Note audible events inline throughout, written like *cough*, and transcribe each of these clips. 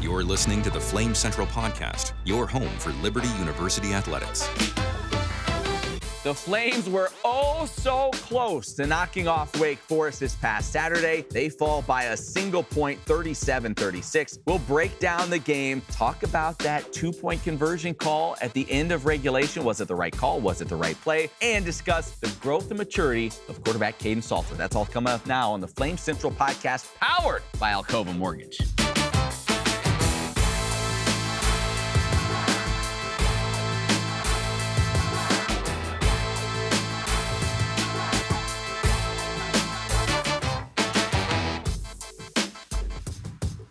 You're listening to the Flame Central Podcast, your home for Liberty University athletics. The Flames were oh so close to knocking off Wake Forest this past Saturday. They fall by a single point, 37 36. We'll break down the game, talk about that two point conversion call at the end of regulation. Was it the right call? Was it the right play? And discuss the growth and maturity of quarterback Caden Salter. That's all coming up now on the Flame Central podcast, powered by Alcova Mortgage.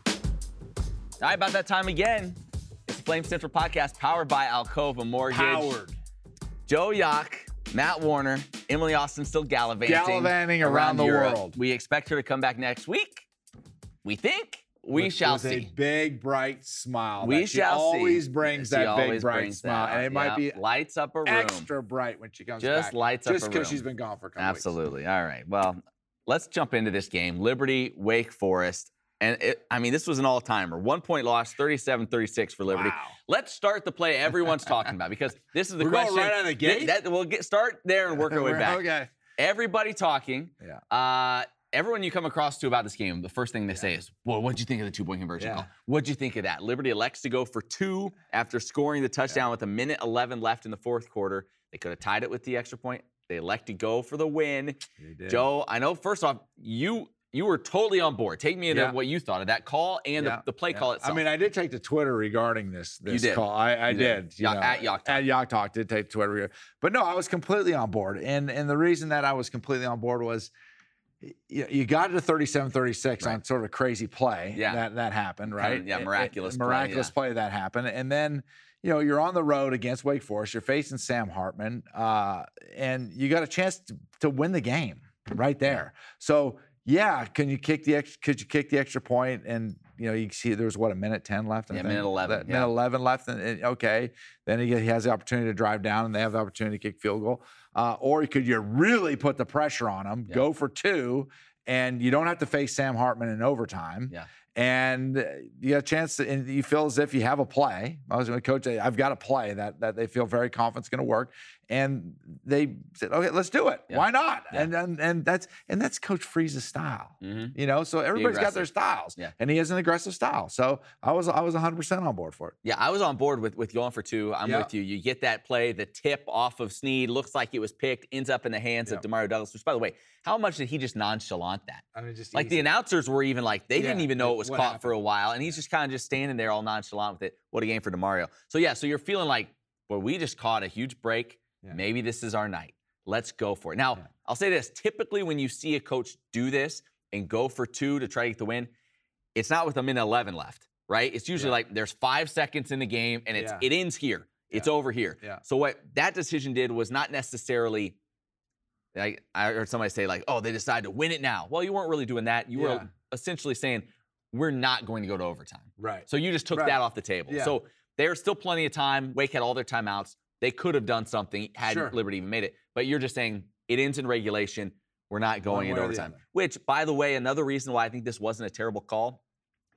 All right, about that time again. It's the Flame Central podcast powered by Alcova Mortgage. Howard. Joe Yock, Matt Warner, Emily Austin still gallivanting. Gallivanting around the Europe. world. We expect her to come back next week. We think. We with- shall with see. a big bright smile. we that she shall see. always brings She that big always bright brings smile, that and out. it might Yep. be lights up a room. extra bright when she comes Just back. lights up just a because room. she's been gone for a couple weeks. Absolutely. All right. Well, let's jump into this game. Liberty, Wake Forest. And it, I mean, this was an all timer. One point loss, 37 36 for Liberty. Wow. Let's start the play everyone's talking about because this is the *laughs* We're going question. right out of the Th- gate? that, we'll get, start there and *laughs* work *laughs* our way We're- back. Okay. Everybody talking. Yeah. Uh, everyone you come across to about this game, the first thing they say is, "Well, what'd you think of the two-point conversion Yeah. call? What'd you think of that?" Liberty elects to go for two after scoring the touchdown with a minute 11 left in the fourth quarter. They could have tied it with the extra point. They elect to go for the win. You did. Joe, I know. First off, you you were totally on board. Take me into Yeah. what you thought of that call and Yeah, the, the play yeah. call itself. I mean, I did take to Twitter regarding this You this did. call. I, I You did. did. you Yacht- know, at Yacht Talk. At Yacht Talk did take to Twitter. But no, I was completely on board. And and the reason that I was completely on board was y- you, got it to 37 36 on sort of a crazy play Yeah. that, that happened, Kind of, right? yeah, It- it- miraculous play, miraculous yeah. play that happened. And then, you know, you're on the road against Wake Forest, you're facing Sam Hartman, uh, and you got a chance to, to win the game right there. So yeah, can you kick the extra? Could you kick the extra point? And you know, you can see there was what a minute ten left. I Yeah, think? minute 11, That- yeah. Minute eleven left. And, and- okay, then he, he has the opportunity to drive down, and they have the opportunity to kick field goal. Uh, or could you really put the pressure on them? Yeah. Go for two, and you don't have to face Sam Hartman in overtime. Yeah. And uh, you got a chance, to, and you feel as if you have a play. I was going to coach. say, I've got a play that that they feel very confident is going to work, and they said, "Okay, let's do it. Yeah. Why not?" Yeah. And, and and that's and that's Coach Freeze's style. Mhm. You know, so everybody's got their aggressive. styles, Yeah. and he has an aggressive style. So I was I was 100 percent on board for it. Yeah, I was on board with with going for two. I'm Yeah. with you. You get that play, the tip off of Sneed looks like it was picked, ends up in the hands of Yeah. Demario Douglas. Which, by the way, how much did he just nonchalant that? I mean, just Like the announcers were even like they didn't Yeah, even know it- it was what caught for a while, and he's just kind of just standing there all nonchalant with it. What a game for Demario. So yeah, so you're feeling like, well, we just caught a huge break. Yeah. Maybe this is our night. Let's go for it. Now Yeah. I'll say this: typically when you see a coach do this and go for two to try to get the win, it's not with a minute 11 left, right? It's usually Yeah. like there's five seconds in the game, and it's Yeah. it ends here. It's Yeah. over here. Yeah. So what that decision did was not necessarily like I heard somebody say like, "Oh, they decided to win it now." Well, you weren't really doing that. You Yeah. were essentially saying, "We're not going to go to overtime." right. So you just took Right. that off the table. Yeah. So there's still plenty of time. Wake had all their timeouts. They could have done something had Sure. Liberty even made it. But you're just saying it ends in regulation. We're not One going into way or the overtime. other. Which, by the way, another reason why I think this wasn't a terrible call.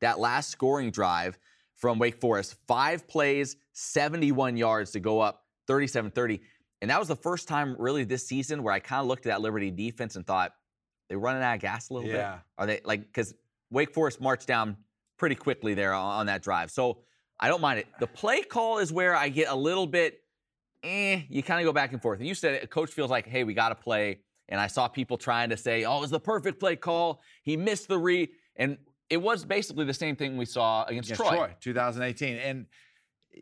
That last scoring drive from Wake Forest, five plays, 71 yards to go up 37 30. And that was the first time really this season where I kind of looked at that Liberty defense and thought, they running out of gas a little bit? Yeah. Are they like because Wake Forest marched down pretty quickly there on, on that drive, so I don't mind it. The play call is where I get a little bit, eh. You kind of go back and forth. And you said it, a coach feels like, hey, we got to play. And I saw people trying to say, oh, it was the perfect play call. He missed the read, and it was basically the same thing we saw against, Against Troy. 2018, and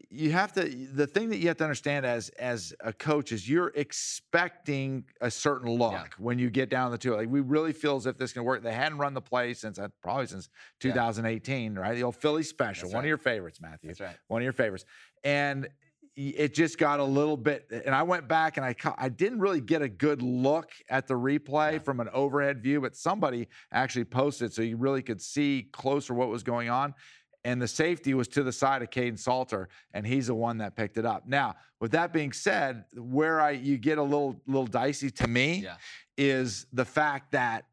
you have to. The thing that you have to understand as as a coach is you're expecting a certain look when you get down the two. Like we really feel as if this can work. They hadn't run the play since uh, probably since 2018, right? The old Philly special, That's one right. of your favorites, Matthew. That's right. one of your favorites. And y- it just got a little bit, and I went back and I ca- I didn't really get a good look at the replay Yeah. from an overhead view, but somebody actually posted so you really could see closer what was going on. And the safety was to the side of Caden Salter, and he's the one that picked it up. Now, with that being said, where I you get a little little dicey to me Yeah. is the fact that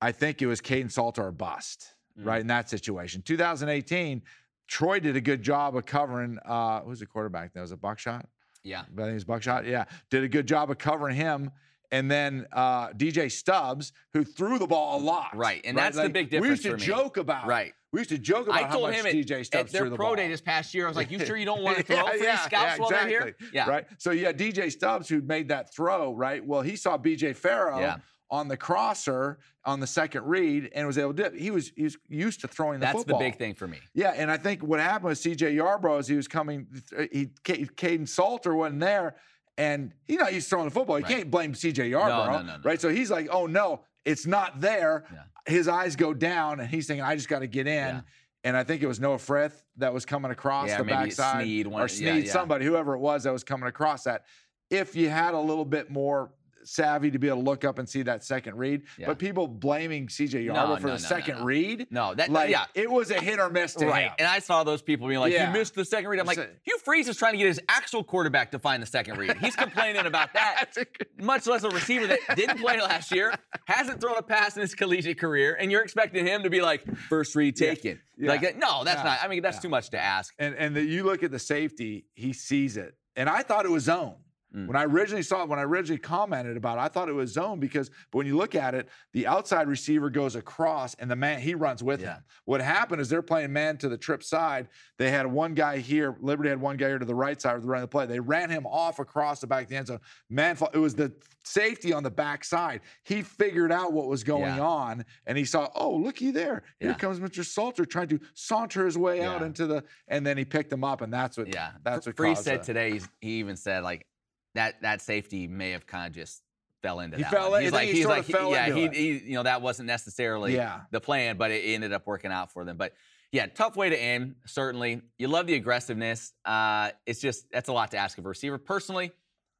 I think it was Caden Salter or bust, Mm. right? In that situation. 2018, Troy did a good job of covering. Uh, who's the quarterback? That was a buckshot. Yeah. I think it was buckshot. Yeah, did a good job of covering him. And then uh, DJ Stubbs, who threw the ball a lot. Right, and that's the big We difference used to for me. joke about. Right. We used to joke about I told how much him at, DJ Stubbs at their threw the pro ball. day this past year, I was like, "You sure you *laughs* don't want to throw for these scouts while they're here?" exactly, Yeah, Right. So yeah, DJ Stubbs who made that throw, right? Well, he saw BJ Farrow Yeah. on the crosser on the second read and was able to do it. He was he was used to throwing the that's football. the big thing for me. Yeah, and I think what happened with CJ Yarbrough is he was coming. He Ca- Caden Salter wasn't there, and you know he's throwing the football. You Right. can't blame CJ Yarbrough, no, no, no. right? So he's like, "Oh no, it's not there." Yeah. His eyes go down, and he's thinking, "I just got to get in." Yeah. And I think it was Noah Frith that was coming across Yeah, the maybe backside, Sneed, one- or yeah, Sneed, yeah. somebody, whoever it was that was coming across that. If you had a little bit more savvy to be able to look up and see that second read, Yeah. but people blaming CJ Yarbrough No, for no, the no, no, second no. read, No, that like yeah, it was a hit or miss to right. him. And I saw those people being like, Yeah. "You missed the second read." I'm like, So- Hugh Freeze is trying to get his actual quarterback to find the second read. He's complaining about *laughs* that. Much less a receiver that didn't play last year, hasn't thrown a pass in his collegiate career, and you're expecting him to be like first read Yeah. taken. Yeah. Like, that- no, that's No. not. I mean, that's No. too much to ask. and and the, you look at the safety, he sees it. And I thought it was zone. Mm. When I originally saw it, when I originally commented about it, I thought it was zone because but when you look at it, the outside receiver goes across and the man he runs with Yeah. him. What happened is they're playing man to the trip side. They had one guy here, Liberty had one guy here to the right side of the run of the play. They ran him off across the back of the end zone. Man, fought- it was the safety on the back side. He figured out what was going Yeah. on and he saw, oh, looky there. Here Yeah. comes Mr. Salter trying to saunter his way out Yeah. into the and then he picked him up and that's what Yeah, that's Fr- what Free caused said that. today. He's, he even said like that that safety may have kind of just fell into He that. fell one. in- He's I think like he he's sorta like he- fell yeah into he, it. he you know that wasn't necessarily Yeah. the plan, but it ended up working out for them. But yeah, tough way to end. Certainly, you love the aggressiveness. Uh, it's just that's a lot to ask of a receiver. Personally,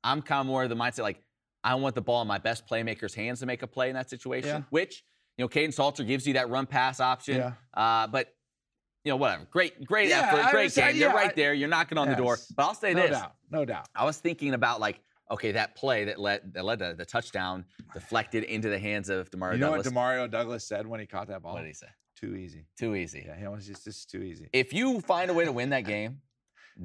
I'm kind of more of the mindset like I want the ball in my best playmaker's hands to make a play in that situation. Yeah. Which you know, Caden Salter gives you that run pass option. Yeah. Uh, but you know, whatever. Great, great Yeah, effort, I great understand. game. You're Yeah, right I- there. You're knocking on the door. Yes. But I'll say No this: doubt. No doubt. I was thinking about like, okay, that play that led that led to the touchdown deflected into the hands of Demario you know Douglas. what Demario Douglas said when he caught that ball? what did he say? Too easy. Too easy. Yeah, he almost it's just too easy. If you find a way to win that game,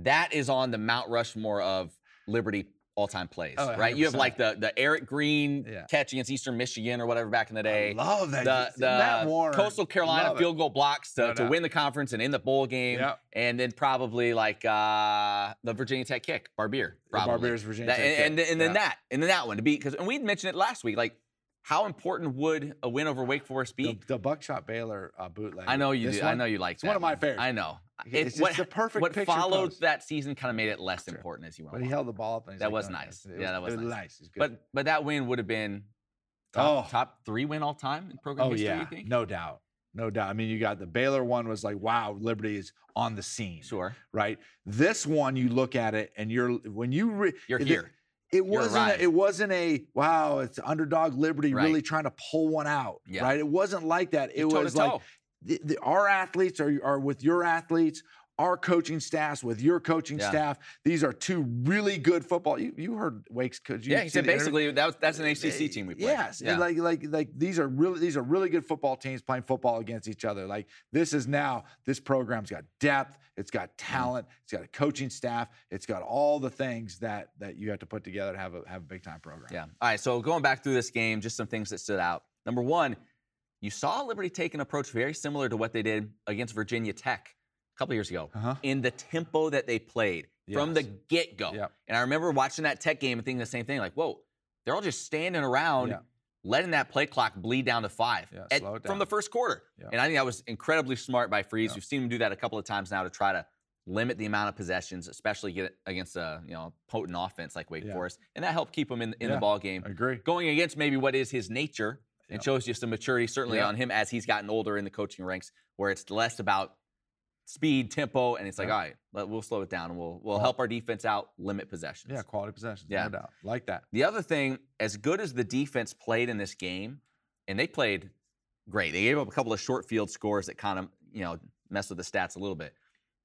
that is on the Mount Rushmore of Liberty all-time plays, Oh, right? You have 100%. like the the Eric Green Yeah. catch against Eastern Michigan or whatever back in the I day. love that. The, Matt the Warren. Coastal Carolina Love it. field goal blocks to, No to doubt. win the conference and in the bowl game, Yep. and then probably like uh, the Virginia Tech kick, Barbier, The probably. Barbears, Virginia. That- Tech and, kick. and, and then Yeah. that, and then that one to beat because, and we mentioned it last week. Like, how important would a win over Wake Forest be? the, the Buckshot Baylor uh, bootleg. I know you This do. I one? know you like It's that. one of my favorites. I know. It- It's just the perfect What picture followed post. that season kind of made it less Picture. important as you went But he along. held the ball up. And he's That like, was "Oh, nice. it Yeah, that was it nice. It's good. But but that win would have been top, Oh. top three win all time in program oh history. yeah, You think? no doubt, no doubt. I mean, you got the Baylor one was like, wow, Liberty is on the scene, Sure. right? This one, you look at it and you're when you re- You're the- here. it wasn't arrived. a, it wasn't a wow it's underdog liberty Right. really trying to pull one out Yeah. right it wasn't like that it You're was like toe-to-toe. the, the, our athletes are, are with your athletes our coaching staffs with your coaching Yeah. staff these are two really good football you, you heard wake's coach you yeah. He see said the interview? Eh, basically that was, that's an HCC team we played. Yes, and like like like these are really these are really good football teams playing football against each other. Like this is now this program's got depth, it's got Mm-hmm. talent, it's got a coaching staff, it's got all the things that that you have to put together to have a have a big time program. Yeah. All right. So going back through this game, just some things that stood out. Number one, you saw Liberty take an approach very similar to what they did against Virginia Tech a couple years ago Uh-huh. in the tempo that they played from the Yes. get go. Yep. And I remember watching that Tech game and thinking the same thing like, whoa, they're all just standing around, Yep. letting that play clock bleed down to five Yeah, at- slow it from down. the first quarter. Yep. And I think that was incredibly smart by Freeze. Yep. We've seen him do that a couple of times now to try to limit the amount of possessions, especially get against a you know potent offense like Wake Yeah. Forest, and that helped keep him in, in the Yeah. ball game. I agree. Going against maybe what is his nature, and Yeah. shows you some maturity certainly Yeah. on him as he's gotten older in the coaching ranks, where it's less about speed, tempo, and it's like, Yeah. all right, let, we'll slow it down and we'll we'll Well- help our defense out, limit possessions. Yeah, quality possessions, Yeah. no doubt. Like that. The other thing, as good as the defense played in this game, and they played great. They gave up a couple of short field scores that kind of, you know, messed with the stats a little bit.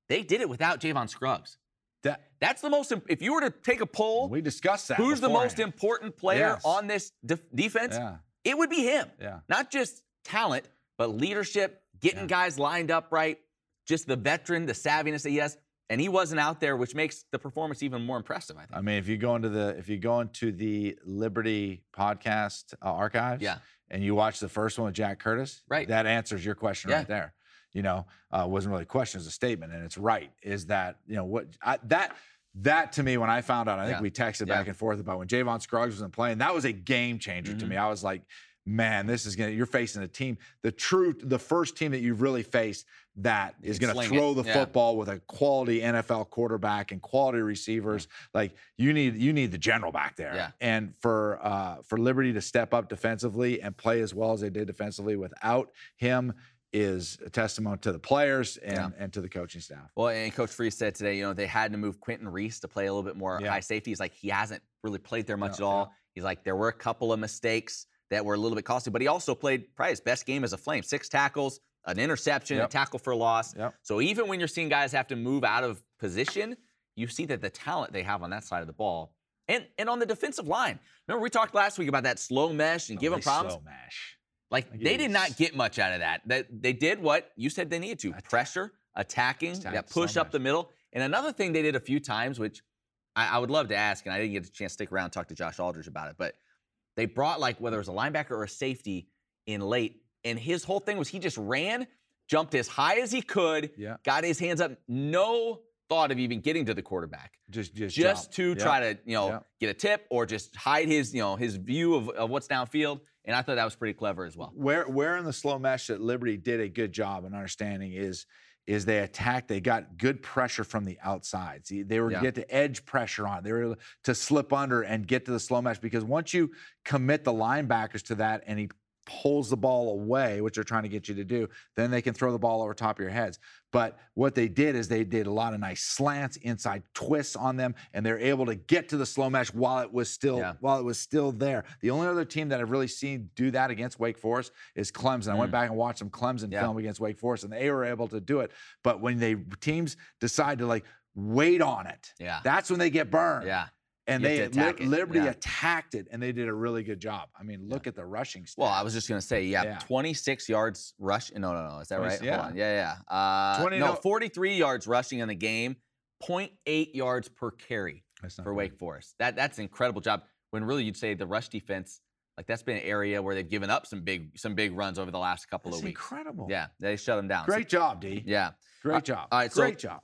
They did it without Javon Scruggs. That That's the most. im- If you were to take a poll, we discussed that. who's the most beforehand. important player Yes. on this def defense? Yeah, It would be him. yeah. Not just talent, but leadership, getting Yeah. guys lined up right. just the veteran, the savviness that he has. And he wasn't out there, which makes the performance even more impressive, I think. I mean, if you go into the if you go into the Liberty podcast uh, archives, Yeah. and you watch the first one with Jack Curtis, Right. that answers your question Yeah. right there. You know, uh, wasn't really a question, it was a statement, and it's right. Is that you know what I, that that to me when I found out, I think Yeah. we texted Yeah. back and forth about when Javon Scruggs wasn't playing. That was a game changer to Mhm. me. I was like, man, this is gonna. You're facing a team, the true, the first team that you've really faced that You is can gonna sling throw it. the Yeah. football with a quality NFL quarterback and quality receivers. Like you need you need the general back there. Yeah. And for uh, for Liberty to step up defensively and play as well as they did defensively without him is a testament to the players and, Yeah. and to the coaching staff. Well, and Coach Freeze said today, you know, they had to move Quentin Reese to play a little bit more Yeah. high safety. He's like, he hasn't really played there much No, at all. He's like, there were a couple of mistakes that were a little bit costly, but he also played probably his best game as a flame. Six tackles, an interception, a Yep. tackle for a loss. Yep. So even when you're seeing guys have to move out of position, you see that the talent they have on that side of the ball. And and on the defensive line. Remember, we talked last week about that slow mesh and give them Really problems. Oh, slow mash. Like Like, they it did is- not get much out of that. That they did what you said they needed to: Attack. pressure, attacking, Attack, that slow push up match. the middle. And another thing they did a few times, which I, I would love to ask, and I didn't get a chance to stick around and talk to Josh Aldridge about it, but they brought like whether it was a linebacker or a safety in late, and his whole thing was he just ran, jumped as high as he could, Yeah. got his hands up, no thought of even getting to the quarterback Just just just to jump. try to you know Yep. get a tip or just hide his you know his view of, of what's downfield and i thought that was pretty clever as well Where where in the slow mesh that Liberty did a good job in understanding is is they attacked. They got good pressure from the outside. See, they were Yeah. get the edge pressure on. They were able to slip under and get to the slow mesh because once you commit the linebackers to that and he pulls the ball away, which they're trying to get you to do, then they can throw the ball over top of your heads. But what they did is they did a lot of nice slants, inside twists on them, and they're able to get to the slow mesh while it was still Yeah. while it was still there. The only other team that I've really seen do that against Wake Forest is Clemson. I went back and watched some Clemson Mm. Yeah. film against Wake Forest, and they were able to do it. But when they teams decide to like wait on it, yeah that's when they get burned. yeah And You they have to Li- attack it. Liberty Yeah. attacked it, and they did a really good job. I mean, look at the rushing. Stats. well i was just gonna say yeah, Yeah. 26 yards rush no no no is that 20 right yeah. Hold on. yeah yeah uh, 20 no no- 43 yards rushing in the game 0.8 yards per carry That's not for bad. wake forest that that's an incredible job when really you'd say the rush defense like that's been an area where they've given up some big some big runs over the last couple That's of weeks incredible. yeah they shut them down So- Great job, D. yeah Great job. all right, so- Great job.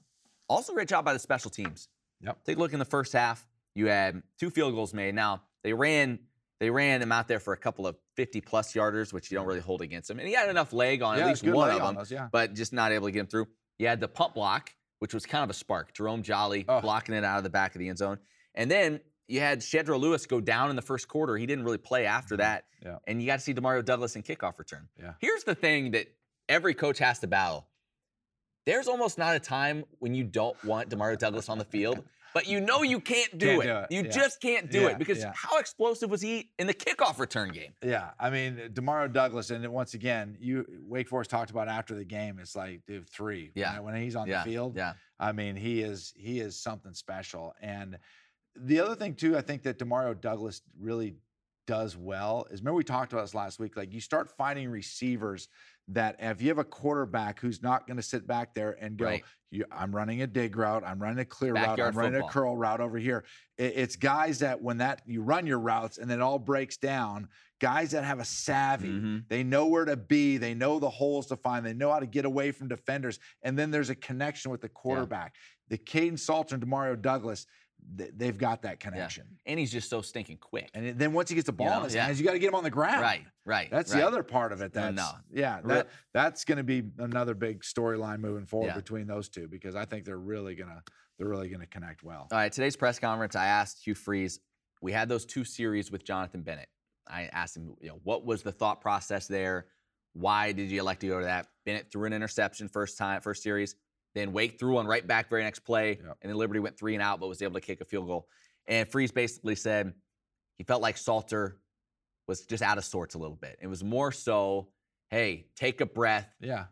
Also, great job by the special teams. Yep. Take a look in the first half. You had two field goals made. Now they ran, they ran him out there for a couple of 50-plus yarders, which you don't really hold against him. And he had enough leg on yeah, at it was least good one leg of on them, those, yeah. but just not able to get him through. You had the punt block, which was kind of a spark. Jerome Jolly Oh. blocking it out of the back of the end zone, and then you had Shedra Lewis go down in the first quarter. He didn't really play after Mhm. that. Yeah. And you got to see Demario Douglas in kickoff return. Yeah. Here's the thing that every coach has to battle. There's almost not a time when you don't want Demario Douglas on the *laughs* field, but you know you can't do, it. Can't do it, You yeah. just can't do Yeah, it because yeah. how explosive was he in the kickoff return game? Yeah, I mean Demario Douglas, and once again, you Wake Forest talked about after the game. It's like dude, three. When Yeah. I- when, he's on yeah, the field, yeah, I mean he is he is something special. And the other thing too, I think that Demario Douglas really does well is remember we talked about this last week. Like you start finding receivers that if you have a quarterback who's not going to sit back there and go, Right. you, I'm running a dig route, I'm running a clear route, Backyard I'm running football. a curl route over here. It- it's guys that when that you run your routes and it all breaks down, guys that have a savvy. Mhm. They know where to be. They know the holes to find. They know how to get away from defenders. And then there's a connection with the quarterback. The Caden Salter and Demario Douglas, th- they've got that connection. and he's just so stinking quick. And then once he gets the ball in know, his yeah. hands, you got to get him on the *laughs* ground. Right, right. That's right. the other part of it. No, That's no. yeah. Re- That, that's going to be another big storyline moving forward Yeah. between those two because I think they're really gonna they're really gonna connect well. All right, today's press conference, I asked Hugh Freeze. We had those two series with Jonathan Bennett. I asked him, you know, what was the thought process there? Why did you elect to go to that? Bennett threw an interception first time, first series. Then Wake threw one right back, very next play, Yep. and then Liberty went three and out, but was able to kick a field goal. And Freeze basically said he felt like Salter was just out of sorts a little bit. It was more so, hey, take a breath, yeah.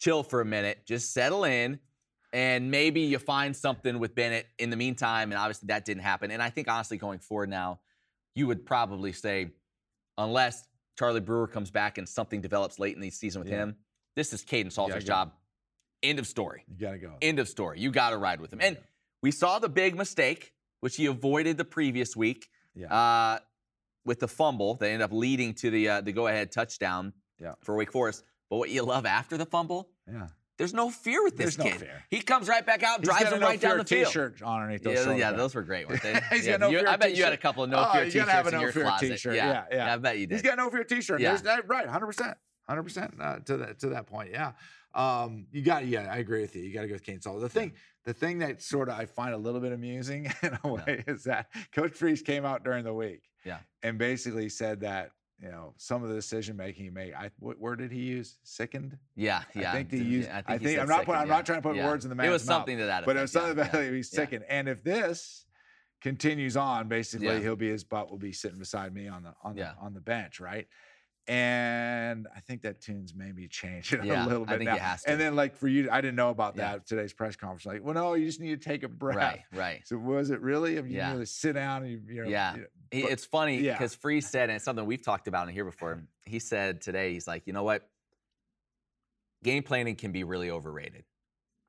chill for a minute, just settle in, and maybe you find something with Bennett in the meantime. And obviously that didn't happen. And I think honestly, going forward now, you would probably say, unless Charlie Brewer comes back and something develops late in the season with Yeah. him, this is Caden Salter's go. job. End of story. You got to go. End of story. You got to ride with him. And we saw the big mistake, which he avoided the previous week Yeah. uh, with the fumble that ended up leading to the uh, the go ahead touchdown Yeah. for Wake Forest. But what you love after the fumble, yeah. there's no fear with this There's no kid. fear. He comes right back out, He's drives got him a no right down fear the field. T-shirt underneath those. Yeah, shoulders. yeah, those were great, weren't they? He's yeah, got no you- fear I bet you had a t-shirt. couple of no Oh, fear you gotta have t-shirts a in no your fear closet. t-shirt. Yeah. Yeah, yeah. I bet you did. He's got an over your T-shirt. Yeah. There's that right, 100, percent 100 percent uh, to that to that point. Yeah, um, you got. Yeah, I agree with you. You got to go with Kane Sala. The thing, the thing that sort of I find a little bit amusing *laughs* in a way is that Coach Freeze came out during the week, Yeah. and basically said that you know some of the decision making he made. I what word did he use? Sickened. yeah, yeah. I think they d- used. yeah, I he think, said I'm not. put- second, I'm yeah, not trying to put yeah. words in the It man's was mouth. something to that effect. But it was yeah, something yeah. about yeah. he's yeah. sickened. And if this continues on, basically Yeah. he'll be his butt will be sitting beside me on the on the Yeah. on the bench, right? And I think that tune's maybe changed *laughs* it Yeah, a little I bit think now. it has to. And then like for you, I didn't know about Yeah. that at today's press conference. Like, well, no, you just need to take a breath. Right, right. So was it really? I mean, Yeah. you really sit down and you, you know, Yeah. you know, He, But- it's funny yeah. because Free said, and it's something we've talked about in here before. He said today, he's like, you know what? Game planning can be really overrated,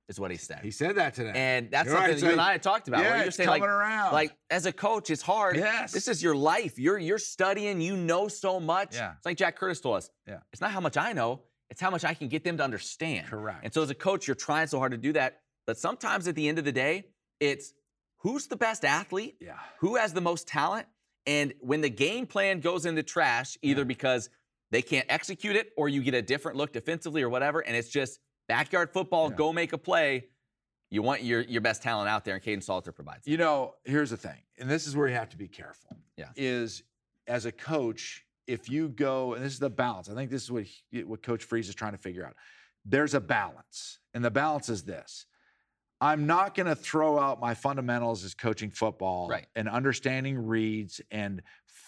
is what he said. he said that today. and that's You're something right, that so you and he- I had talked about. yeah, where you're it's saying coming like, around. like as a coach, it's hard. Yes. This is your life. You're you're studying. You know so much. Yeah. It's like Jack Curtis told us. Yeah. It's not how much I know. It's how much I can get them to understand. correct. And so as a coach, you're trying so hard to do that. But sometimes at the end of the day, it's who's the best athlete yeah. who has the most talent and when the game plan goes into trash either Yeah. because they can't execute it or you get a different look defensively or whatever and it's just backyard football Yeah. go make a play you want your, your best talent out there and Caden Salter provides it. You know, here's the thing, and this is where you have to be careful. Yeah. Is as a coach, if you go, and this is the balance. I think this is what he- what Coach Freeze is trying to figure out. There's a balance, and the balance is this. I'm not going to throw out my fundamentals as coaching football Right. and understanding reads and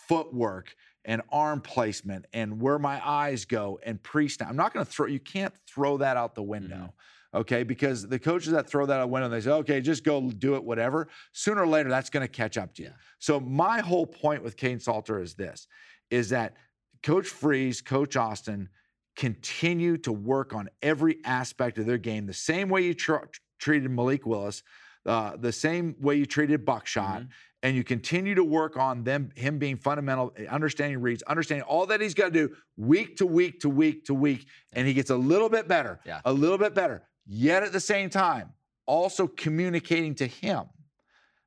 footwork and arm placement and where my eyes go and pre snap. I'm not going to throw, you can't throw that out the window okay? Because the coaches that throw that out window, they say, okay, just go do it, whatever. Sooner or later, that's going to catch up to you. Yeah. So my whole point with Kane Salter is this, is that Coach Freeze, Coach Austin continue to work on every aspect of their game the same way you tr- treated Malik Willis, uh, the same way you treated Buckshot, and you continue to work on them him being fundamental eh, understanding reads understanding all that he's got to do week to week to week to week and he gets a little bit better Yeah. a little bit better yet at the same time also communicating to him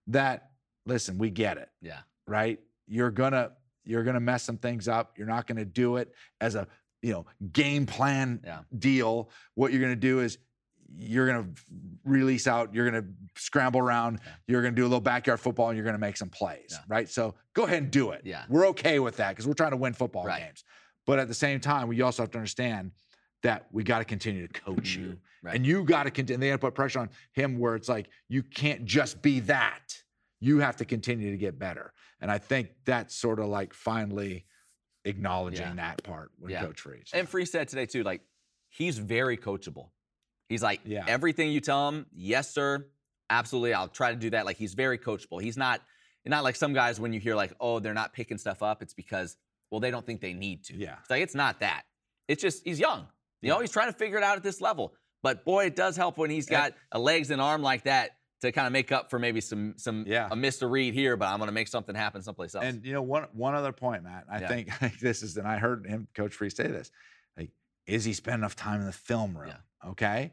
that listen we get it Yeah. right you're gonna you're gonna mess some things up you're not gonna do it as a you know game plan Yeah. deal what you're gonna do is you're gonna release out you're gonna scramble around Yeah. you're gonna do a little backyard football and you're gonna make some plays Yeah. right so go ahead and do it Yeah. we're okay with that because we're trying to win football Right. games but at the same time we also have to understand that we got to continue to coach you Mm-hmm. Right. and you got to continue they had to put pressure on him where it's like you can't just be that you have to continue to get better and i think that's sort of like finally acknowledging Yeah. that part when Yeah. coach reads And Free said today too, like he's very coachable. He's like Yeah. everything you tell him, yes sir, absolutely, I'll try to do that. Like he's very coachable. He's not not like some guys when you hear like, oh, they're not picking stuff up. It's because well, they don't think they need to. Yeah. it's like it's not that. It's just he's young. You know, Yeah. he's trying to figure it out at this level. But boy, it does help when he's Yeah. got a legs and arm like that to kind of make up for maybe some some Yeah. a misread here. But I'm gonna make something happen someplace else. And you know, one one other point, Matt. I Yeah. think *laughs* like, this is, and I heard him, Coach Free, say this. Like, is he spending enough time in the film room? Okay.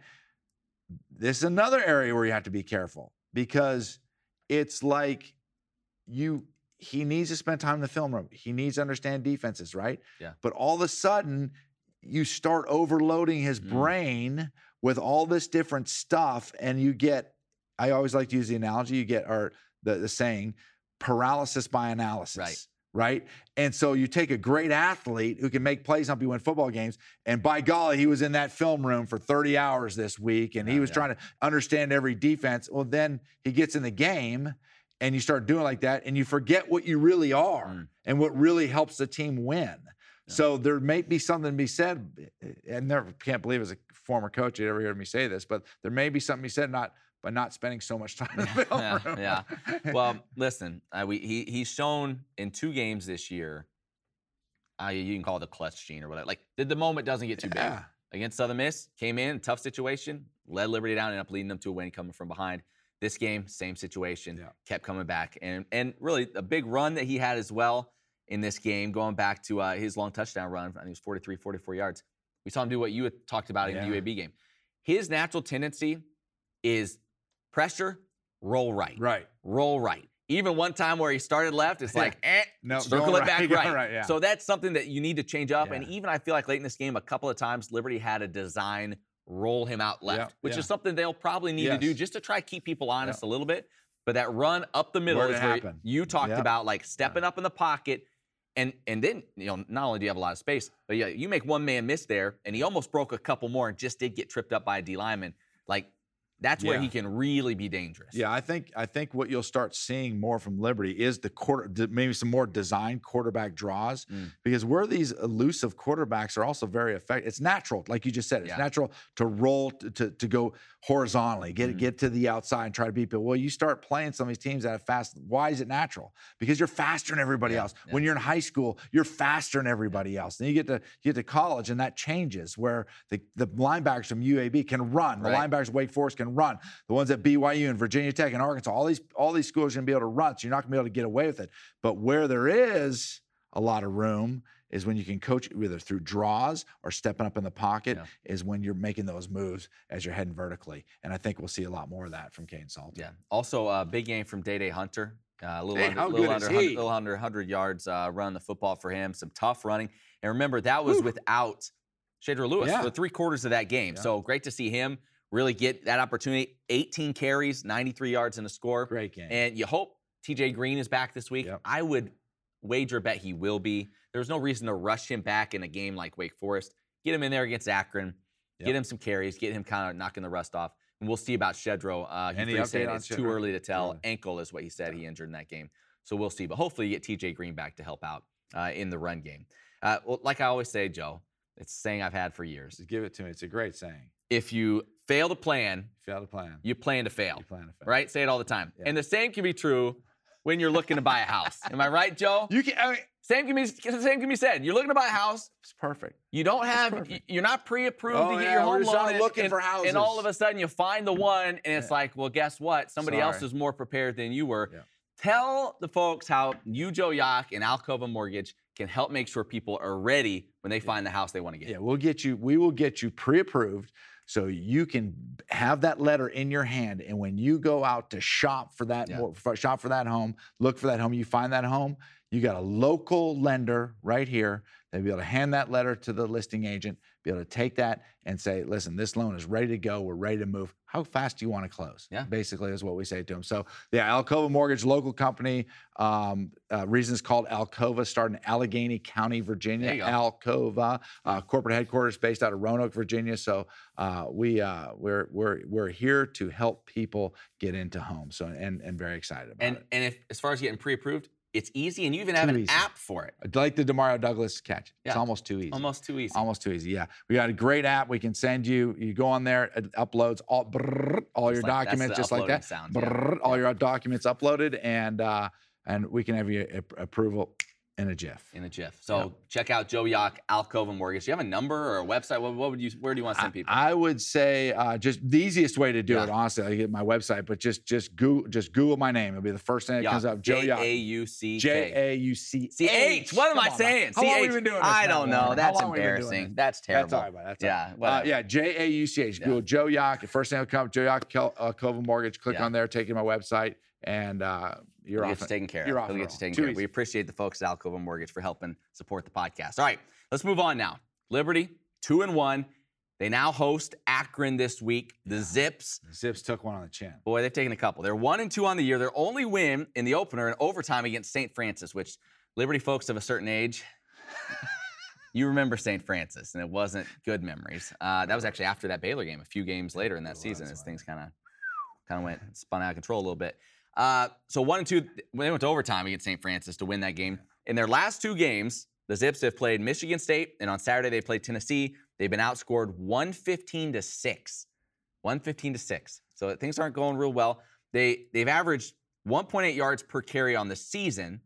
This is another area where you have to be careful because it's like you. He needs to spend time in the film room. He needs to understand defenses, right? Yeah. But all of a sudden, you start overloading his Mm. brain with all this different stuff, and you get. I always like to use the analogy. You get or the, the saying paralysis by analysis. Right. Right. And so you take a great athlete who can make plays, help you win football games. And by golly, he was in that film room for 30 hours this week and he Yeah, Oh, was yeah. trying to understand every defense. Well, then he gets in the game and you start doing like that and you forget what you really are Mm. and what really helps the team win. Yeah. So there may be something to be said. I never can't believe as a former coach you'd ever hear me say this, but there may be something to be said not by not spending so much *laughs* time in the film Yeah, *laughs* room. yeah. *laughs* well, listen, uh, we, he he's shown in two games this year. Uh, you can call it the clutch gene or whatever. Like the, the moment doesn't get too big Yeah. against Southern Miss. Came in tough situation, led Liberty down, and up leading them to a win coming from behind. This game, same situation, Yeah. kept coming back, and and really a big run that he had as well in this game, going back to uh, his long touchdown run. I think it was 43, 44 yards. We saw him do what you had talked about in the Yeah. UAB game. His natural tendency is pressure, roll right, Right. roll right. Even one time where he started left, it's Yeah. like, *laughs* eh, No, circle going it back *laughs* right, right. going right, yeah. So that's something that you need to change up. And Yeah. even I feel like late in this game, a couple of times, Liberty had a design roll him out left, Yeah, which yeah. is something they'll probably need to do Yes. just to try to keep people honest a little bit. But that run up the middle Where'd is it where happen? you talked Yep. about, like stepping up in the pocket. And and then you know not only do you have a lot of space, but yeah, you make one man miss there, and he almost broke a couple more and just did get tripped up by a D lineman. Like that's where Yeah. he can really be dangerous. Yeah, I think I think what you'll start seeing more from Liberty is the quarter, d- maybe some more design quarterback draws, Mm. because where these elusive quarterbacks are also very effective. It's natural, like you just said, it's Yeah. natural to roll t- to to go horizontally, get Mhm. get to the outside and try to beat people. Well, you start playing some of these teams that have fast. Why is it natural? Because you're faster than everybody Yeah, else. yeah. When you're in high school, you're faster than everybody else. Then you get to you get to college, and that changes where the the linebackers from UAB can run. The Right. linebackers at Wake Forest can run the ones at BYU and Virginia Tech and Arkansas, all these all these schools are gonna be able to run, so you're not gonna be able to get away with it. But where there is a lot of room is when you can coach either through draws or stepping up in the pocket Yeah. is when you're making those moves as you're heading vertically. And I think we'll see a lot more of that from Kane Salt. Yeah. Also, uh, big game from Day Day Hunter. Uh, a little Hey, under, how little, good under is 100, he? little under 100 yards uh, running the football for him. Some tough running. And remember, that was Whew. without Shader Lewis Yeah. for three quarters of that game. Yeah. So great to see him really get that opportunity. 18 carries, 93 yards and a score. Great game. And you hope TJ Green is back this week. Yep. I would wager bet he will be. There's no reason to rush him back in a game like Wake Forest. Get him in there against Akron. Get Yep. him some carries. Get him kind of knocking the rust off. And we'll see about Shedro. Uh, he's Any pretty update saying on it's too Shedrow? early to tell. Early. Ankle is what he said he injured in that game. So we'll see. But hopefully you get TJ Green back to help out uh, in the run game. Uh, well, like I always say, Joe, it's a saying I've had for years. Just give it to me. It's a great saying. If you fail to plan, If you had a plan, you plan to fail you plan a fail. right? Say it all the time. Yeah. And the same can be true when you're looking to buy a house. Am I right, Joe? You can I mean, Same can be same can be said. You're looking to buy a house. it's perfect. You don't have. perfect. You're not pre-approved Oh, to get yeah, your home we're just out loan. and- looking and, for houses. and all of a sudden you find the one, and it's Yeah. like, well, guess what? Somebody else Sorry. is more prepared than you were. Yeah. Tell the folks how you, Joe Yock, and Alcova Mortgage can help make sure people are ready when they find the house they want to get. Yeah, we'll get you. We will get you pre-approved, so you can have that letter in your hand. And when you go out to shop for that, Yeah. mo- for- shop for that home, look for that home. You find that home. You got a local lender right here. They'll be able to hand that letter to the listing agent. Be able to take that and say, "Listen, this loan is ready to go. We're ready to move. How fast do you want to close?" Yeah. basically is what we say to them. So, yeah, Alcova Mortgage, local company. Um, uh, reasons called Alcova, started in Allegheny County, Virginia. There you go. Alcova. Uh, corporate headquarters based out of Roanoke, Virginia. So uh, we uh, we're we're we're here to help people get into homes. So and and very excited about And it. and if as far as getting pre-approved, it's easy, and you even have Too an easy. app for it. I'd Like the Demario Douglas catch, Yeah. it's almost too easy. Almost too easy. Almost too easy. Yeah, we got a great app. We can send you. You go on there, it uploads all brrr, all Just your like- that's documents the just like uploading that. sound, yeah. Brrr, All your documents uploaded, and uh, and we can have your a- approval in a GIF. in a GIF. So check out Joe Yock, Alcova Mortgage. Do you have a number or a website? What, what would you? Where do you want to I- send people? I would say uh, just the easiest way to do Yeah. it, honestly, I get my website, but just just Google just Google my name. It'll be the first thing that comes up. Joe J A Yacht. U C J K. A U C C H. What am I saying? How long have CH. we been doing this? I now, don't Warren? know. How That's long we been doing embarrassing. this? That's terrible. That's all right. That's all right. yeah. Well, Uh, yeah, J A U C H. Yeah. Google Joe Yock. First thing will come up. Joe Yock, Kel, uh, Cova Mortgage. Click Yeah. on there. Take you to my website, and uh, you're You'll off. get you taken care of. you're off You'll and get you rolling. taken Too care of. We easy. appreciate the folks at Alcova Mortgage for helping support the podcast. All right, let's move on now. Liberty, two and one. They now host Akron this week. The Zips. Zips took one on the chin. Boy, they've taken a couple. They're one and two on the year. Their only win in the opener in overtime against St. Francis, which Liberty folks of a certain age, you remember St. Francis, and it wasn't good memories. Uh, that was actually after that Baylor game, a few games later in that Well, season, that's as why. things kind of kind of went spun out of control a little bit. Uh, so one and two, th- when they went to overtime against St. Francis to win that game. In their last two games, the Zips have played Michigan State, and on Saturday they played Tennessee. They've been outscored 115 to six, 115 to six. So things aren't going real well. They they've averaged 1.8 yards per carry on the season,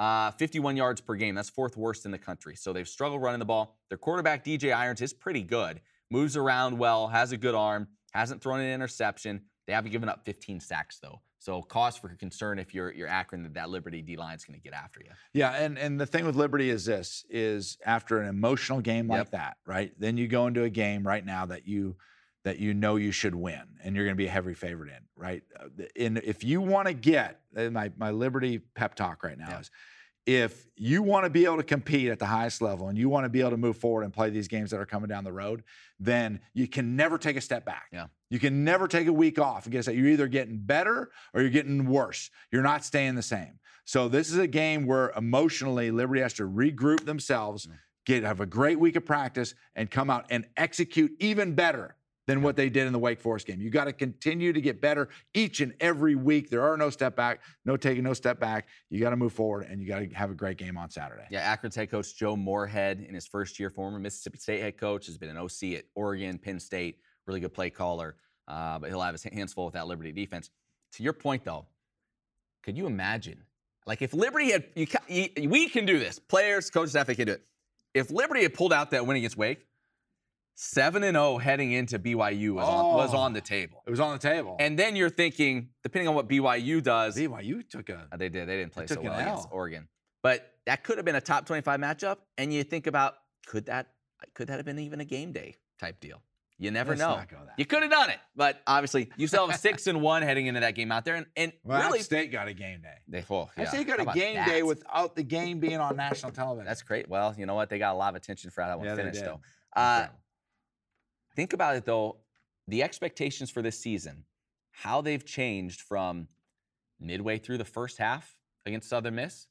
uh, 51 yards per game. That's fourth worst in the country. So they've struggled running the ball. Their quarterback DJ Irons is pretty good. Moves around well, has a good arm, hasn't thrown an interception. They haven't given up 15 sacks though. So cause for concern if you're you're Akron that that Liberty D line is going to get after you. Yeah, and and the thing with Liberty is this is after an emotional game like Yep. that, right? Then you go into a game right now that you that you know you should win and you're going to be a heavy favorite in, right? Uh, the- And if you want to get and my my Liberty pep talk right now Yeah. is if you want to be able to compete at the highest level and you want to be able to move forward and play these games that are coming down the road, then you can never take a step back. Yeah. You can never take a week off against that. You're either getting better or you're getting worse. You're not staying the same. So this is a game where emotionally Liberty has to regroup themselves, Mm. get have a great week of practice, and come out and execute even better than what they did in the Wake Forest game. You got to continue to get better each and every week. There are no step back, no taking no step back. You got to move forward, and you got to have a great game on Saturday. Yeah, Akron's head coach Joe Moorhead in his first year, former Mississippi State head coach, has been an OC at Oregon, Penn State, really good play caller. Uh, but he'll have his hands full with that Liberty defense. To your point though, could you imagine? Like if Liberty had, you, ca- you, we can do this. Players, coaches, staff, they can do it. If Liberty had pulled out that win against Wake, seven and zero heading into BYU was, on, was Oh. on the table. It was on the table. And then you're thinking, depending on what BYU does, BYU took a Uh, They did. They didn't play so took an well against L. Oregon. But that could have been a top 25 matchup. And you think about could that could that have been even a game day type deal? You never Let's know. not go that You could have done it, but obviously you still have *laughs* six and one heading into that game out there, and, and Well, App really State got a game day. they oh, I yeah, say you how got a about game day that? without the game being on national television. that's great. Well, you know what? They got a lot of attention for how that one Yeah, they finished, did. though. Uh, think about it though the expectations for this season how they've changed from midway through the first half against southern miss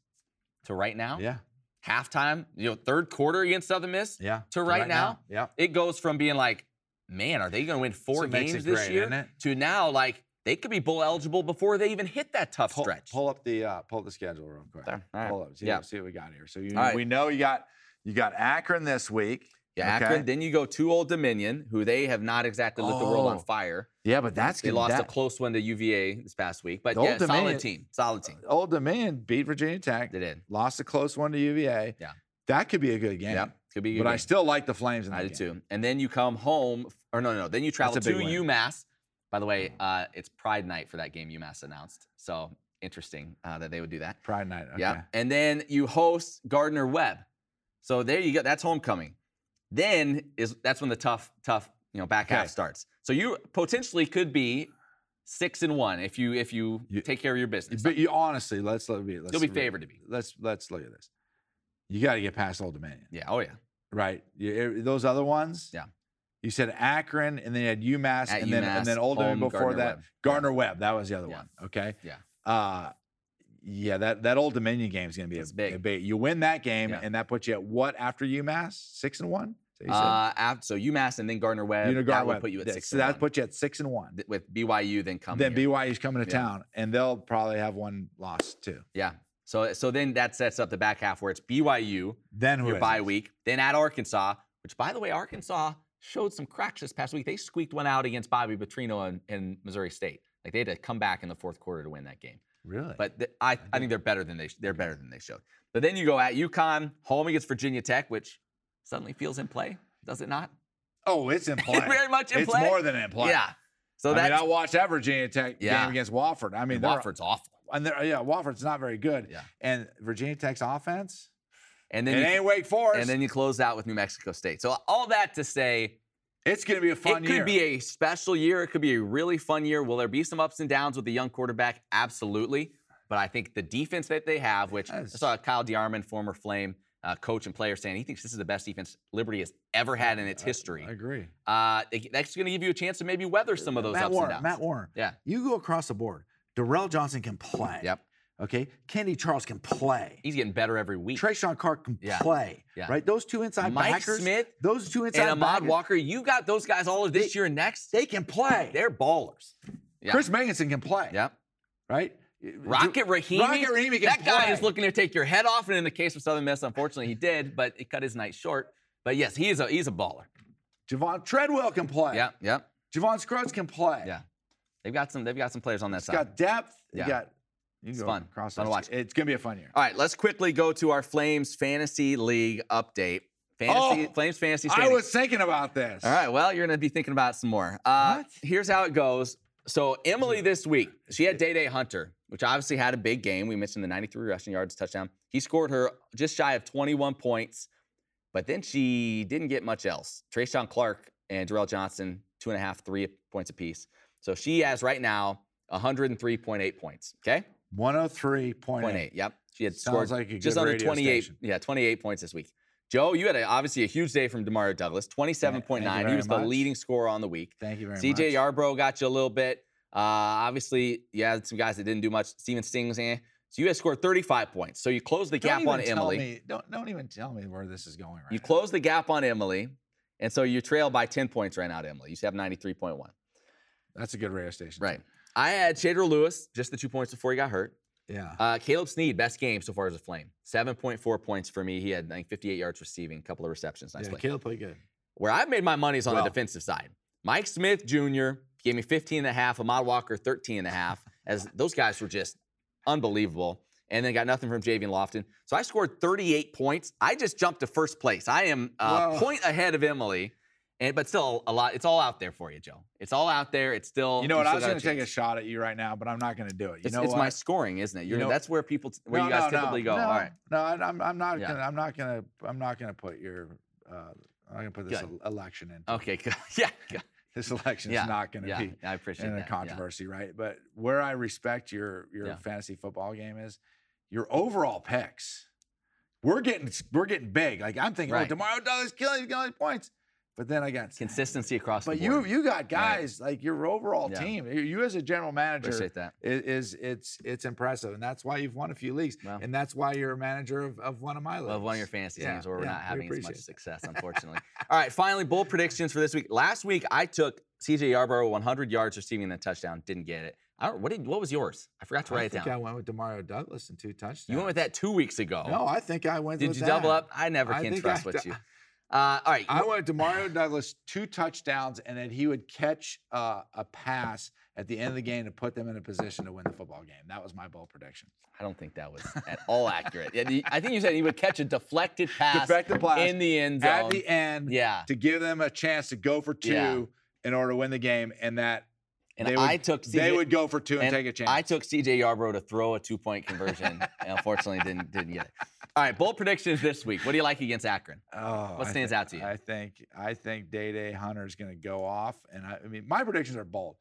to right now yeah, halftime you know third quarter against southern miss yeah. to right, now, yeah. it goes from being like man are they going to win four So it makes games it this great, year isn't it? to now like they could be bowl eligible before they even hit that tough Pull, stretch pull up the uh, pull up the schedule real quick. There, all right. Pull up. See, Yeah. see what we got here. So you, All right. we know you got you got Akron this week. yeah okay. Akron, then you go to old dominion who they have not exactly lit the world on Oh. fire Yeah, but that's they good. lost a that, close one to uva this past week but Old yeah solid Dominion- team solid team uh, Old Dominion beat Virginia Tech. they did Lost a close one to UVA. Yeah. that could be a good game. Yeah, could be. a But good I game. still like the Flames in that I do game. too. And then you come home, or no, no, no. Then you travel a to big win. Mm-hmm. UMass. By the way, uh, it's Pride Night for that game. UMass announced, so interesting uh, that they would do that. Pride night. Okay. Yeah. And then you host Gardner Webb. So there you go. That's homecoming. Then is that's when the tough, tough, you know, back half Okay. starts. So you potentially could be six and one if you if you, You- take care of your business. But you honestly, let's let be. Let's, You'll be favored to be. Let's let's look at this. You got to get past Old Dominion. Yeah. Oh yeah. Right. You, eh, those other ones. Yeah. You said Akron, and then you had UMass, At and then UMass, and then Old Dominion home, before Gardner that. Webb. Yeah. Garner Webb. That was the other Yeah. one. Okay. Yeah. Uh, yeah. That that Old Dominion game is going to be It's a big. A big. You win that game, Yeah. and that puts you at what after UMass? Six and one. So Uh, after, so UMass and then Gardner Webb. you know, that Garner would Webb. put you at That- six. So and that one. puts you at six and one. th- with BYU then coming. Then here. BYU's coming to Yeah. town, and they'll probably have one loss too. yeah. So so then that sets up the back half where it's BYU Then who your is bye it? week, then at Arkansas, which by the way Arkansas showed some cracks this past week. They squeaked one out against Bobby Petrino and, and Missouri State. Like they had to come back in the fourth quarter to win that game. Really? But th- I, I think they're better than they sh- they're better than they showed. But then you go at UConn, home against Virginia Tech, which suddenly feels in play, does it not? *laughs* oh, it's in play. Very much in it's play. more than in play. Yeah. So I mean, that's I watched that Virginia Tech Yeah. game against Wofford. I mean, they're- Wofford's awful. and they're, yeah, Wofford's not very good. Yeah. And Virginia Tech's offense, And then it you, ain't Wake Forest. and then you close out with New Mexico State. So all that to say, it's going to be a fun it year. could be a special year. It could be a really fun year. Will there be some ups and downs with the young quarterback? Absolutely. But I think the defense that they have, which Yes. I saw Kyle DiArmond, former Flame uh, coach and player, saying he thinks this is the best defense Liberty has ever had in its history. I agree. Uh, they- that's going to give you a chance to maybe weather some of those Matt ups Warner. and downs. Matt Warner. Yeah. You go across the board. Darrell Johnson can play. Yep. Okay. Kennedy Charles can play. He's getting better every week. Trayshawn Clark can Yeah. play. Yeah. Right. Those two inside Mike backers. Smith Those two inside and Ahmad backers, Walker, you got those guys all of this year and next. They can play. They're ballers. Yeah. Chris Mankinson can play. Yep. Right. Rocket Rahimi. Rocket Rahimi can that guy play. is looking to take your head off, and in the case of Southern Miss, unfortunately, he did, but he cut his night short. But yes, he is a he's a baller. Javon Treadwell can play. Yeah, yeah, Javon Scruggs can play. yeah. They've got some they've got some players on that It's side. got depth. Yeah. You got. You It's go fun. Across Fun to that- watch. It's gonna be a fun year. All right, let's quickly go to our Flames Fantasy League update. Fantasy, Oh, Flames fantasy I standings. was thinking about this. All right. Well, you're going to be thinking about it some more. Uh, What? Here's how it goes. So Emily this week, she had Day Day Hunter, which obviously had a big game. We mentioned the 93 rushing yards touchdown. He scored her just shy of 21 points, but then she didn't get much else. Trayshawn Clark and Darrell Johnson, two and a half, three points apiece. So she has right now 103.8 points. Okay, 103.8. point eight. Yep, she had scored Sounds like a good just under radio 28. station. Yeah, 28 points this week. Joe, you had a, obviously a huge day from Demario Douglas, 27.9. He very was the much. leading scorer on the week. Thank you very much. CJ Yarbrough got you a little bit. Uh, obviously, you had some guys that didn't do much. Steven Stings, eh. So you had scored 35 points. So you closed the Don't gap on even tell Emily. me- don't, don't even tell me where this is going right You now. close the gap on Emily. And so you trail by 10 points right now to Emily. You have 93.1. That's a good radio station. Right. I had Shader Lewis, just the two points before he got hurt. Yeah. Uh, Caleb Sneed, best game so far as a Flame. 7.4 points for me. He had, I think, 58 yards receiving, couple of receptions. Nice yeah play. Caleb played good. Where I've made my money is on the Well. defensive side. Mike Smith Jr. gave me 15 and a half, Ahmad Walker 13 and a half, *laughs* as those guys were just unbelievable. And then got nothing from Javian Lofton. So I scored 38 points. I just jumped to first place. I am uh, Wow. point ahead of Emily, and but still a lot. It's all out there for you, Joe. It's all out there. It's still. You know what? I still was got going to take a chance. shot at you right now, but I'm not going to do it. You It's, know it's what? my scoring, isn't it? You're, know- that's where people, where No, you guys no, typically no, go. No, All right. No, I- I'm, I'm not Yeah. gonna. I'm not gonna. I'm not gonna put your. Uh, I'm gonna put this Good. el- election in. Okay. *laughs* Good. Yeah. good. This election Yeah, is not gonna Yeah. be I appreciate in that. a yeah. controversy, right? But where I respect your your Yeah. fantasy football game is your overall picks. We're getting we're getting big. Like I'm thinking, Right. oh, Demario Douglas killing he's getting all these points, but then I got. Consistency across But the board. you you got Right. guys like your overall Yeah. team. You- You as a general manager appreciate that. i- is, it's it's impressive, and that's why you've won a few leagues, Wow. and that's why you're a manager of, of one of my leagues. Of one of your fantasy Yeah, teams where we're yeah, not we having as much appreciate that. success, *laughs* unfortunately. All right, finally, bold predictions for this week. Last week, I took CJ Yarborough 100 yards receiving and a touchdown. Didn't get it. I don't, what, did, what was yours? I forgot to I write it think down. I went with Demario Douglas and two touchdowns. you went with that two weeks ago. No, I think I went. Did with you double that. up? I never I can think trust I- *laughs* what you. Uh, all right. I went Demario Douglas two touchdowns, and then he would catch uh, a pass at the end of the game to put them in a position to win the football game. That was my bold prediction. I don't think that was at all accurate. Yeah, the- I think you said he would catch a *laughs* deflected pass Deflected pass in the end zone. At the end, yeah. to give them a chance to go for two Yeah. in order to win the game, and that And they would- I took CJ they would go for two and, And take a chance. I took CJ Yarbrough to throw a two point conversion *laughs* and unfortunately didn't didn't get it. All right, bold predictions this week. What do you like against Akron? Oh, What I stands thi- out to you? I think I think Day Day Hunter is going to go off, and I, I mean my predictions are bold.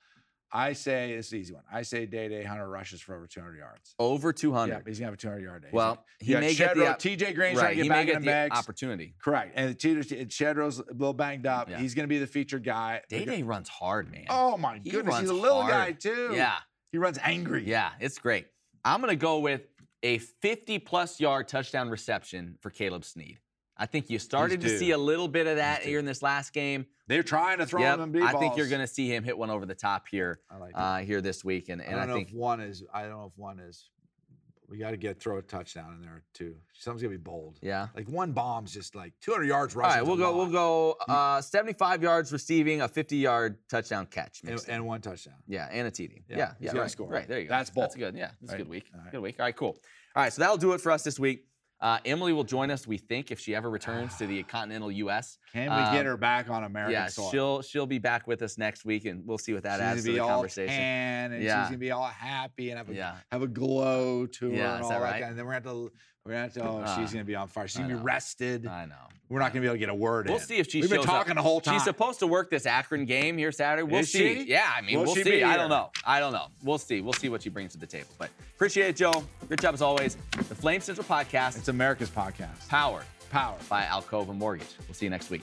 I say this is an easy one. I say Day Day Hunter rushes for over 200 yards. Over Yeah, 200. he's going to have a 200 yard day. He's well, gonna- he you may got get the Shedrow- op- TJ Green's right, trying to he get may back in get the the mix. opportunity. Correct, and TJ and Shadrow's a little banged up. Yeah. He's going to be the featured guy. Day Day runs hard, man. Oh my He goodness, he's runs a little hard. guy too. yeah, he runs angry. yeah, it's great. I'm gonna go with a 50 plus yard touchdown reception for Caleb Sneed. I think you started to due. see a little bit of that He's due. here in this last game. they're trying to throw Yep, him in B I think you're balls. gonna see him hit one over the top here, I like that. uh, here this week, and, and I I, don't know think if one is. I don't know if one is. We got to get throw a touchdown in there too. Something's gonna be bold. yeah. Like one bomb's just like 200 yards All rushing. right, we'll go. We'll go. Mm-hmm. Uh, Seventy-five yards receiving, a fifty-yard touchdown catch. And, mixed in. and one touchdown. yeah, and a TD. Yeah, Yeah, yeah, he's gotta right, score. Right there you go. That's That's bold. good. Yeah, that's Right, a good week. all right. Good week. All right, cool. All right, so that'll do it for us this week. Uh, Emily will join us, we think, if she ever returns to *sighs* the continental U.S. Can we Um, get her back on American yeah, soil? she'll she'll be back with us next week, and we'll see what that she's adds gonna to be the all conversation. tan and Yeah. she's gonna be all happy and have a Yeah. have a glow to her Yeah, and is all that that. right? kind- And then we're gonna have to. We're gonna have to. Oh, Ah, she's gonna be on fire. She's I gonna know. be rested. I know. we're not gonna be able to get a word We'll in. see if she We've shows been up. talking the whole time. She's supposed to work this Akron game here Saturday. We'll Is see. she? Yeah, I mean, Will we'll she see. be I here? don't know. I don't know. We'll see. We'll see what she brings to the table. But appreciate it, Joe. Great job as always. The Flame Central Podcast. It's America's podcast. powered Power. by Alcova Mortgage. We'll see you next week.